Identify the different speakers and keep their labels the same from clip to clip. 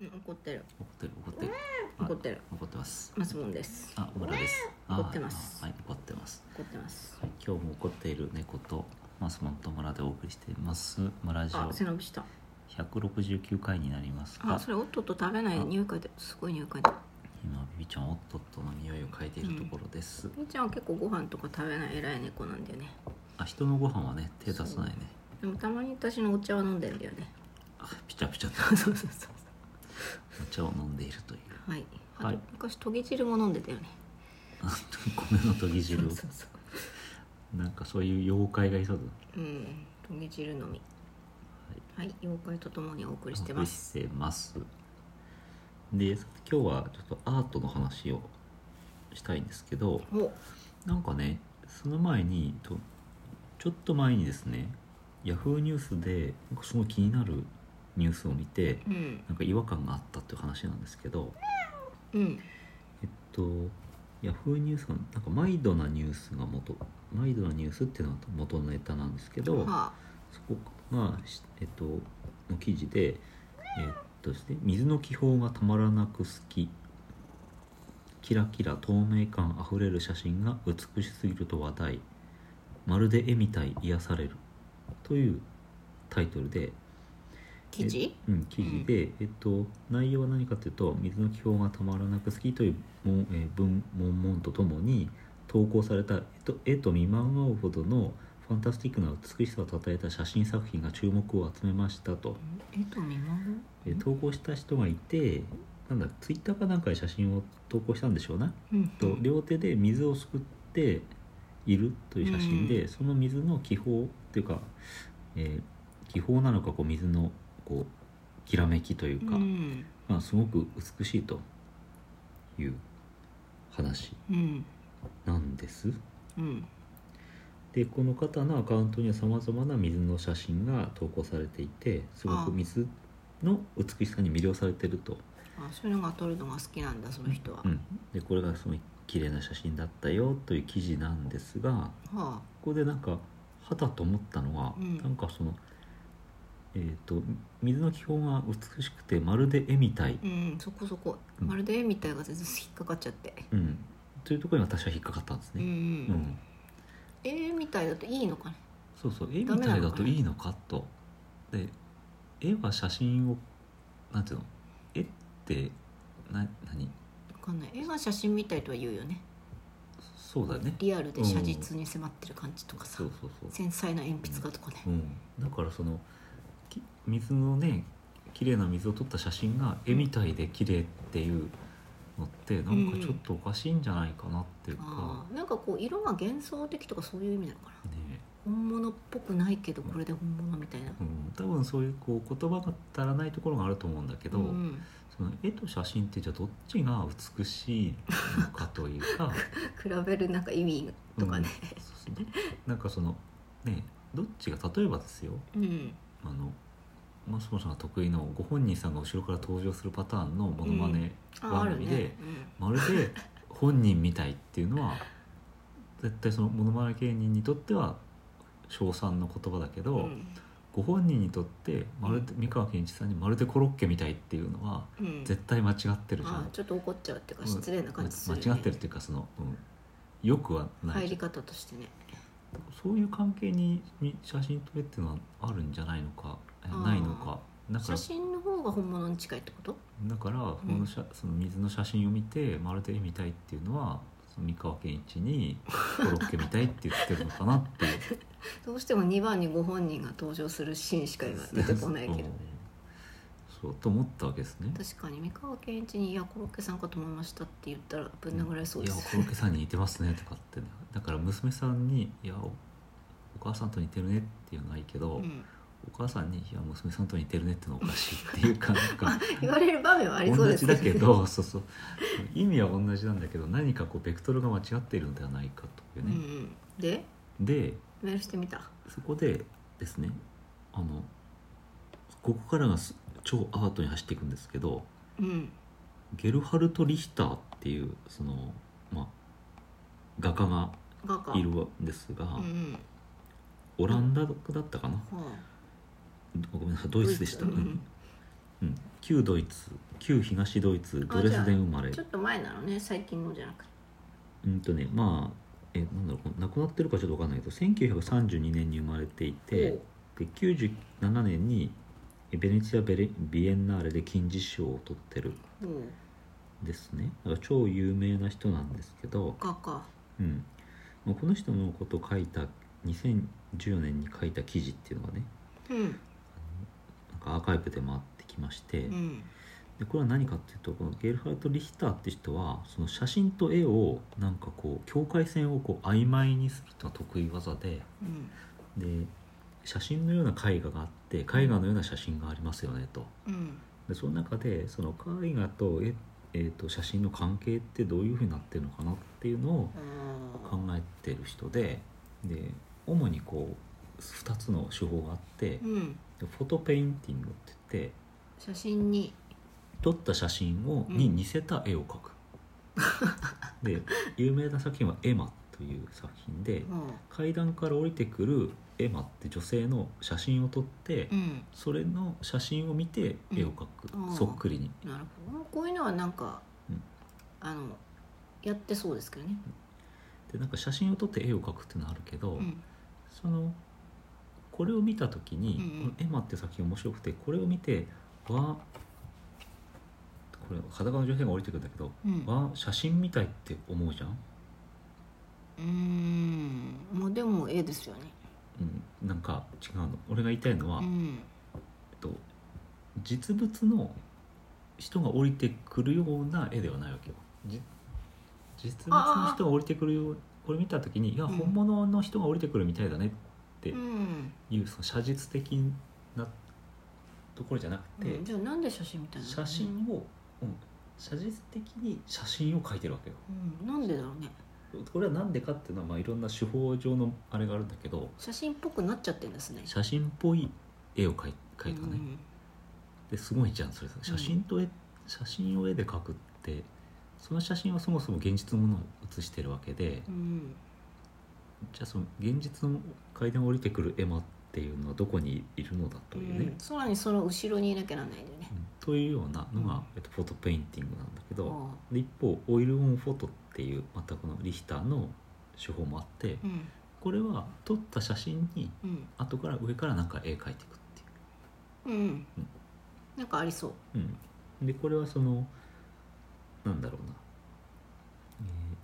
Speaker 1: うん怒ってる
Speaker 2: 怒ってる怒ってるあ
Speaker 1: 怒ってる
Speaker 2: 怒ってます
Speaker 1: マスモンです
Speaker 2: あ小村ですあー
Speaker 1: 怒ってます
Speaker 2: はい怒ってます
Speaker 1: 怒ってます
Speaker 2: はい今日も怒っている猫とマスモンと村でお送りしています村ジ
Speaker 1: あ
Speaker 2: オ
Speaker 1: 背伸びした
Speaker 2: 169回になります
Speaker 1: あ
Speaker 2: が
Speaker 1: それおっとっと食べない匂い嗅いですごい匂い嗅いでる
Speaker 2: 今ビビちゃんおっとっとの匂いを嗅いでいるところです、
Speaker 1: みーちゃんは結構ご飯とか食べない偉い猫なんだよね
Speaker 2: あ人のご飯はね手出さないね
Speaker 1: でもたまに私のお茶は飲んでんだよね
Speaker 2: あピチャピチャと
Speaker 1: そうそうそうそう
Speaker 2: お茶を飲んでいるという
Speaker 1: はい、あと
Speaker 2: はい
Speaker 1: 昔トゲ汁も飲んでたよね
Speaker 2: 米のとぎ汁を
Speaker 1: そうそう
Speaker 2: なんかそういう妖怪がいそうだ
Speaker 1: う
Speaker 2: な
Speaker 1: んトゲ汁飲みはい、妖怪とともにお送りして
Speaker 2: お
Speaker 1: ま
Speaker 2: 送り
Speaker 1: す
Speaker 2: してますでさて今日はちょっとアートの話をしたいんですけど
Speaker 1: お
Speaker 2: なんかねその前にとちょっと前にですねヤフーニュースでなんかすごい気になるニュースを見て
Speaker 1: うん
Speaker 2: なんか違和感があったっていう話なんですけど
Speaker 1: うん
Speaker 2: えっとヤフーニュースのなんかマイドなニュースが元マイドなニュースっていうのが元のネタなんですけ
Speaker 1: は
Speaker 2: ど、
Speaker 1: あ
Speaker 2: そこが、しえっと、の記事で、えっとですね、水の気泡がたまらなく好きキラキラ透明感あふれる写真が美しすぎると話題まるで絵みたい癒されるというタイトルで
Speaker 1: 記事
Speaker 2: えうん、記事で、えっと、内容は何かというと「水の気泡がたまらなく好き」という文、えー文文文とともに投稿された絵と絵と見まがうほどのファンタスティックな美しさをたたえた写真作品が注目を集めましたと、
Speaker 1: えっと見ま
Speaker 2: えー投稿した人がいてなんだツイッターかなんかで写真を投稿したんでしょうね、
Speaker 1: うん
Speaker 2: と両手で水をすくっているという写真で、
Speaker 1: う
Speaker 2: その水の気泡っていうか、えー気泡なのかこう水のこうきらめきというか、
Speaker 1: うん
Speaker 2: まあ、すごく美しいという話
Speaker 1: うん
Speaker 2: なんです。
Speaker 1: うん
Speaker 2: でこの方のアカウントにはさまざまな水の写真が投稿されていてすご
Speaker 1: ああ
Speaker 2: く水の美しさに魅了されてると、
Speaker 1: あそういうのが撮るのが好きなんだその人は、
Speaker 2: うん、でこれがすごい綺麗な写真だったよという記事なんですが
Speaker 1: はあ
Speaker 2: ここでなんか肌と思ったのは、
Speaker 1: うん
Speaker 2: なんかそのえっ、と水の気泡が美しくてまるで絵みたい、
Speaker 1: うんそこそこ
Speaker 2: うん
Speaker 1: まるで絵みたいが全然引っかかっちゃって、
Speaker 2: うん、というところに私は引っかかったんです
Speaker 1: うんう
Speaker 2: ね。うん
Speaker 1: ん絵みたいだといいのかね
Speaker 2: そうそう絵み
Speaker 1: ダメな
Speaker 2: たい
Speaker 1: の
Speaker 2: だ
Speaker 1: かな
Speaker 2: といいのかとで絵は写真をなんていうの絵ってな何
Speaker 1: わかんない絵が写真みたいとは言うよね
Speaker 2: そうだよね
Speaker 1: リアルで写実に迫ってる感じとかさ、
Speaker 2: そうそうそう、
Speaker 1: 繊細な鉛筆画とかね、
Speaker 2: うん、だからそのき水のね綺麗な水を撮った写真が絵みたいで綺麗っていうのってなんかちょっとおかしいんじゃないかなっていう
Speaker 1: あ
Speaker 2: か、
Speaker 1: あなんかこう色が幻想的とかそういう意味なのかな
Speaker 2: ね
Speaker 1: 本物っぽくないけどこれで本物みたいな
Speaker 2: うん、多分そういうこう言葉が足らないところがあると思うんだけど、
Speaker 1: うん、
Speaker 2: その絵と写真ってじゃあどっちが美しいのかというか
Speaker 1: 比べるなんか意味 とかね
Speaker 2: そうそうなんかそのねどっちが例えばですよ
Speaker 1: うん、
Speaker 2: あのマスモさんが得意のご本人さんが後ろから登場するパターンのモノマネ、
Speaker 1: あある
Speaker 2: 番組
Speaker 1: ね
Speaker 2: で、まるで本人みたいっていうのは絶対そのモノマネ芸人にとっては称賛の言葉だけど、
Speaker 1: うんうん
Speaker 2: ご本人にとってまるで三河健一さんにまるでコロッケみたいっていうのは
Speaker 1: うん、
Speaker 2: 絶対間違ってるじゃ
Speaker 1: あ
Speaker 2: ん
Speaker 1: あ。ちょっと怒っちゃうっていうか
Speaker 2: うん
Speaker 1: 失礼な感じするよね、
Speaker 2: 間違ってるっていうかその、うん、よくはない
Speaker 1: 入り方としてね
Speaker 2: そういう関係にに写真撮れっていうのはあるんじゃないのかえ
Speaker 1: あー
Speaker 2: ないのかだか
Speaker 1: 写
Speaker 2: ら
Speaker 1: 真の方が本物に近いってこと
Speaker 2: だからこの写、その水の写真を見てまるで絵みたいっていうのはその三河健一にコロッケみたいって言ってるのかなっ ていう
Speaker 1: どうしても2番にご本人が登場するシーンしか今出てこないけど
Speaker 2: うん そうと思ったわけですね
Speaker 1: 確かに三河健一に「いやコロッケさんかと思いました」って言ったらぶん殴られそうで
Speaker 2: いや
Speaker 1: す、
Speaker 2: コロッケさんに似てますねとかって、ね、だから娘さんに「いやおお母さんと似てるね」っていうのはいいけど、
Speaker 1: うん、
Speaker 2: お母さんに「いや娘さんと似てるね」ってのはおかしいっていうかなんか
Speaker 1: 言われる場面はありそう
Speaker 2: 同
Speaker 1: です
Speaker 2: じだけどそうそう意味は同じなんだけど何かこうベクトルが間違っているのではないかといううん
Speaker 1: う
Speaker 2: ね、
Speaker 1: ん、で
Speaker 2: で
Speaker 1: メールしてみた
Speaker 2: そこでですねあのここからがす超アートに走っていくんですけど
Speaker 1: うん
Speaker 2: ゲルハルト・リヒターっていうそのまあ画家が
Speaker 1: 画家
Speaker 2: いるんですが、
Speaker 1: うんうん
Speaker 2: オランダだったかな、
Speaker 1: は
Speaker 2: ごめんなさいドイツでした、う
Speaker 1: ドイツ
Speaker 2: んうん旧ドイツ旧東ドイツ
Speaker 1: あ
Speaker 2: ドレスデン生まれ
Speaker 1: ちょっと前なのね最近のじゃなくて
Speaker 2: うんとねまあえなんだろうこう亡くなってるかちょっとわかんないけど1932年に生まれていてで97年にえベネチアベレビエンナーレで金獅子賞を取ってる
Speaker 1: おおうん
Speaker 2: んですねだから超有名な人なんですけど、
Speaker 1: かか
Speaker 2: うんまあ、この人のことを書いた2014年に書いた記事っていうのがね
Speaker 1: うん
Speaker 2: なんかアーカイブで回ってきまして、
Speaker 1: うん
Speaker 2: でこれは何かっていうとこのゲルハルト・リヒターって人はその写真と絵をなんかこう境界線をこう曖昧にするのが得意技で
Speaker 1: うん
Speaker 2: で写真のような絵画があって絵画のような写真がありますよねと
Speaker 1: うん
Speaker 2: でその中でその絵画と絵、えー、と写真の関係ってどういうふうになってるのかなっていうのを考
Speaker 1: あ
Speaker 2: えてる人でで主にこう2つの手法があって
Speaker 1: ーうん
Speaker 2: でフォトペインティングって言って
Speaker 1: 写真に
Speaker 2: 撮った写真を、
Speaker 1: うん
Speaker 2: に似せた絵を描 くで有名な作品は「エマ」という作品で
Speaker 1: うん
Speaker 2: 階段から降りてくるエマって女性の写真を撮って、
Speaker 1: うん
Speaker 2: それの写真を見て絵を描く、
Speaker 1: うんあー
Speaker 2: そっくりに
Speaker 1: なるほどこういうのはなんか、
Speaker 2: うん
Speaker 1: あのやってそうですけどね、
Speaker 2: でなんか写真を撮って絵を描くっていうのはあるけど、
Speaker 1: うん
Speaker 2: そのこれを見た時に
Speaker 1: うんうん
Speaker 2: 「このエマ」って作品面白くてこれを見てわあこれ裸の女性が降りてくるんだけど
Speaker 1: うん、
Speaker 2: わあ写真みたいって思うじゃん
Speaker 1: うーんまあでも絵ですよね
Speaker 2: うん、なんか違うの俺が言いたいのは、
Speaker 1: う
Speaker 2: えっ
Speaker 1: ん
Speaker 2: と、実物の人が降りてくるような絵ではないわけよじ実物の人が降りてくるようこれ見た時にいや
Speaker 1: うん
Speaker 2: 本物の人が降りてくるみたいだねって
Speaker 1: うん、
Speaker 2: いう、その写実的なところじゃなくて、
Speaker 1: うんじゃあなんで写真みたいなの
Speaker 2: 写真を、うん、写実的に写真を描いてるわけよ
Speaker 1: うん、なんでだろうね
Speaker 2: これは何でかっていうのは、まあ、いろんな手法上のあれがあるんだけど
Speaker 1: 写真っぽくなっちゃってんですね
Speaker 2: 写真っぽい絵を描い描いたね、
Speaker 1: うん
Speaker 2: ですごいじゃんそれ写真と絵、写真を絵で描くってその写真はそもそも現実のものを写してるわけで
Speaker 1: うん
Speaker 2: じゃあその現実の階段を降りてくる絵馬っていうのはどこにいるのだというね、
Speaker 1: うんさらにその後ろにいなきゃなんないんだよね
Speaker 2: うんというようなのが、
Speaker 1: うん
Speaker 2: えっと、フォトペインティングなんだけど、
Speaker 1: あ
Speaker 2: で一方オイル・オン・フォトっていうまたこのリヒターの手法もあって
Speaker 1: あうん
Speaker 2: これは撮った写真に
Speaker 1: うん
Speaker 2: 後から上からなんか絵描いていくっていう。
Speaker 1: うんなんかありそう
Speaker 2: うん、でこれはそのなんだろうな、えー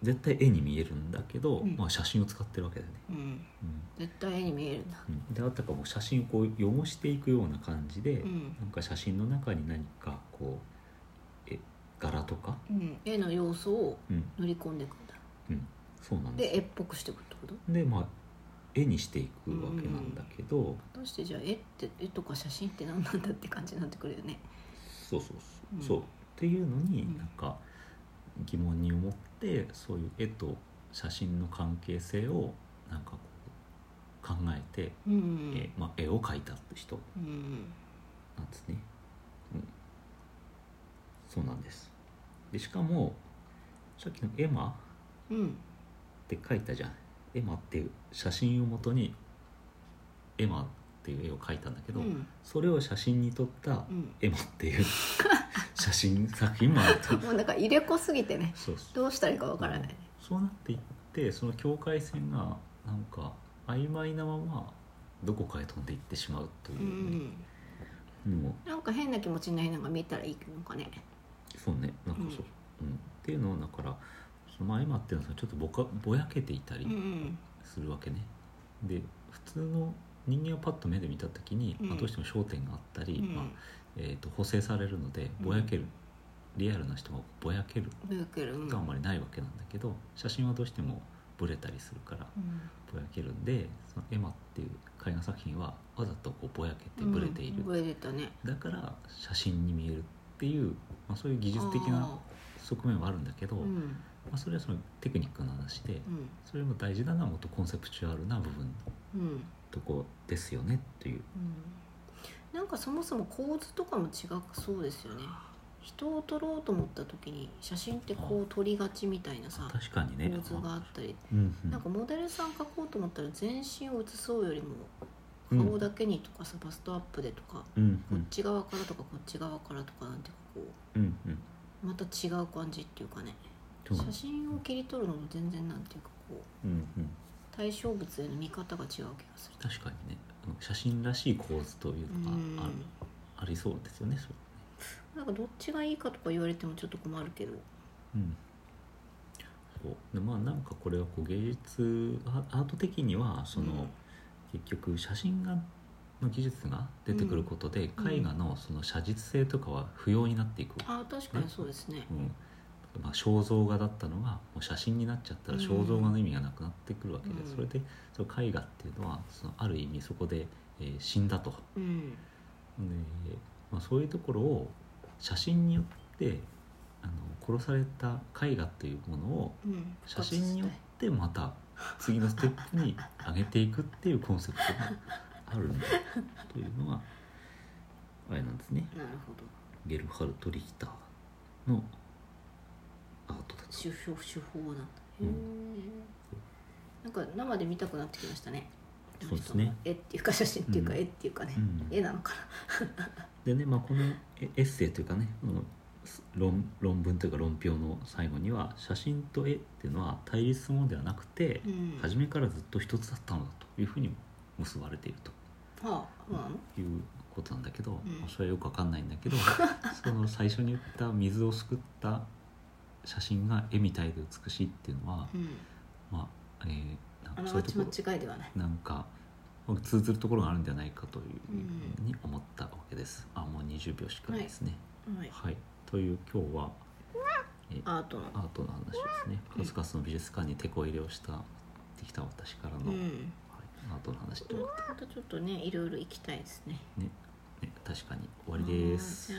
Speaker 2: 絶対絵に見えるんだけど、
Speaker 1: うん
Speaker 2: まあ、写真を使ってるわけだよね、
Speaker 1: うん絶対絵に見えるんだ
Speaker 2: うんであたかも写真をこう汚していくような感じで、
Speaker 1: うん
Speaker 2: なんか写真の中に何かこうえ柄とか、
Speaker 1: うん絵の要素を
Speaker 2: うん
Speaker 1: 塗り込んでいくんだ
Speaker 2: うん、そうなんです
Speaker 1: で絵っぽくしていくってこと
Speaker 2: でまあ絵にしていくわけなんだけど、
Speaker 1: どうしてじゃあ絵って絵とか写真って何なんだって感じになってくるよね
Speaker 2: そうそうそう,、
Speaker 1: うん
Speaker 2: そうっていうの
Speaker 1: うん
Speaker 2: になんか疑問に思ってそういう絵と写真の関係性をなんかこう考えて、
Speaker 1: うん
Speaker 2: えまあ、絵を描いた人
Speaker 1: うんうん
Speaker 2: なんですね、うん、そうなんですでしかもさっきの「エマ」
Speaker 1: うん
Speaker 2: って書いたじゃん「エマ」っていう写真をもとに「エマ」っていう絵を描いたんだけど、
Speaker 1: うん
Speaker 2: それを写真に撮った
Speaker 1: うん
Speaker 2: 「エマ」って いう写真作品もあると
Speaker 1: もうなんか入れ子すぎてね
Speaker 2: そうそう
Speaker 1: どうしたらいいかわからない
Speaker 2: そうなっていってその境界線がなんか曖昧なままどこかへ飛んでいってしまうというう、ね
Speaker 1: ん
Speaker 2: のも
Speaker 1: なんか変な気持ちになりながら見たらいいのかね
Speaker 2: そうねなんかそう、うんっていうのをだからそのまあ今っていうのはちょっとぼかぼやけていた
Speaker 1: う
Speaker 2: り
Speaker 1: ん
Speaker 2: するわけね、で普通の人間をパッと目で見た時に、
Speaker 1: うん
Speaker 2: まあ、どうしても焦点があったり、
Speaker 1: うん
Speaker 2: まあえー、と補正されるのでぼやける、リアルな人がぼやける
Speaker 1: ブーケルうん
Speaker 2: があんまりないわけなんだけど写真はどうしてもブレたりするから
Speaker 1: うん
Speaker 2: ぼやけるんでそのエマっていう絵画作品はわざとこうぼやけてブレている、
Speaker 1: うんブレてたね
Speaker 2: だから写真に見えるっていう、まあ、そういう技術的な側面はあるんだけど
Speaker 1: あーうん
Speaker 2: まあ、それはそのテクニックの話で
Speaker 1: うん
Speaker 2: それも大事なのはもっとコンセプチュアルな部分の
Speaker 1: うん
Speaker 2: とこですよねという
Speaker 1: うんなんかそもそも構図とかも違くそうですよね人を撮ろうと思った時に写真ってこう撮りがちみたいなさ
Speaker 2: 確かにね
Speaker 1: 構図があったり
Speaker 2: うんうん
Speaker 1: なんかモデルさん描こうと思ったら全身を写そうよりも
Speaker 2: うん
Speaker 1: 顔だけにとかさ、バストアップでとか
Speaker 2: うんう
Speaker 1: こっ
Speaker 2: ん
Speaker 1: ち側からとかこっち側からとかなんていうかこう
Speaker 2: うんうん
Speaker 1: また違う感じっていうかね
Speaker 2: そう
Speaker 1: 写真を切り取るのも全然なんていうかこう
Speaker 2: うんうん
Speaker 1: 対象物への見方が違う気がする
Speaker 2: 確かにねうん写真らしい構図というのがある
Speaker 1: うん
Speaker 2: ありそうですよねそれ
Speaker 1: なんかどっちがいいかとか言われてもちょっと困るけど
Speaker 2: うんそうでまあなんかこれはこう芸術アアート的にはその、
Speaker 1: うん
Speaker 2: 結局写真がの技術が出てくることで、
Speaker 1: うん
Speaker 2: 絵画のその写実性とかは不要になっていく、
Speaker 1: あー確かにそうですね
Speaker 2: うんまあ、肖像画だったのがもう写真になっちゃったら
Speaker 1: うん
Speaker 2: 肖像画の意味がなくなってくるわけで、
Speaker 1: うん
Speaker 2: それでその絵画っていうのはそのある意味そこで、えー死んだと、
Speaker 1: うん
Speaker 2: でまあ、そういうところを写真によってあの殺された絵画っていうものを
Speaker 1: うん
Speaker 2: 写真によってまた次のステップに上げていくっていうコンセプトがあるんだというのがあれなんですね
Speaker 1: なるほど
Speaker 2: ゲルハルト・リヒターのアートだと
Speaker 1: 手法手法なんだ
Speaker 2: う
Speaker 1: へ
Speaker 2: ん
Speaker 1: えなんか生で見たくなってきましたね
Speaker 2: そうですね
Speaker 1: 絵っていうか写真っていうか
Speaker 2: うん
Speaker 1: 絵っていうかね
Speaker 2: うん
Speaker 1: 絵なのか
Speaker 2: でね、まあ、このエエッセイというかねこの論論文というか論評の最後には写真と絵っていうのは対立するものではなくて、
Speaker 1: なうん
Speaker 2: 初めからずっと一つだったのだというふうにも結ばれていると
Speaker 1: はあそうなの
Speaker 2: いうことなんだけど、
Speaker 1: うん
Speaker 2: それはよくわかんないんだ けどその最初に言った水をすくった写真が絵みたいで美しいっていうのは、
Speaker 1: うん
Speaker 2: まあえーなん
Speaker 1: あ
Speaker 2: か
Speaker 1: な
Speaker 2: そうい
Speaker 1: が
Speaker 2: うと
Speaker 1: ち
Speaker 2: こ
Speaker 1: 間
Speaker 2: ろ
Speaker 1: 違いではない
Speaker 2: なんか通ずるところがあるんじゃないかというふうに思ったわけです。あもう20秒しかないですね、
Speaker 1: はい
Speaker 2: はい、という今日は
Speaker 1: アートの
Speaker 2: アートの話ですね
Speaker 1: うん
Speaker 2: 数々の美術館に手こ入れをした持ってきた私から
Speaker 1: う
Speaker 2: の、はい、
Speaker 1: ん
Speaker 2: アートの話というこ
Speaker 1: またちょっとねいろいろ行きたいですね
Speaker 2: とでねね確かに終わりです。
Speaker 1: はーい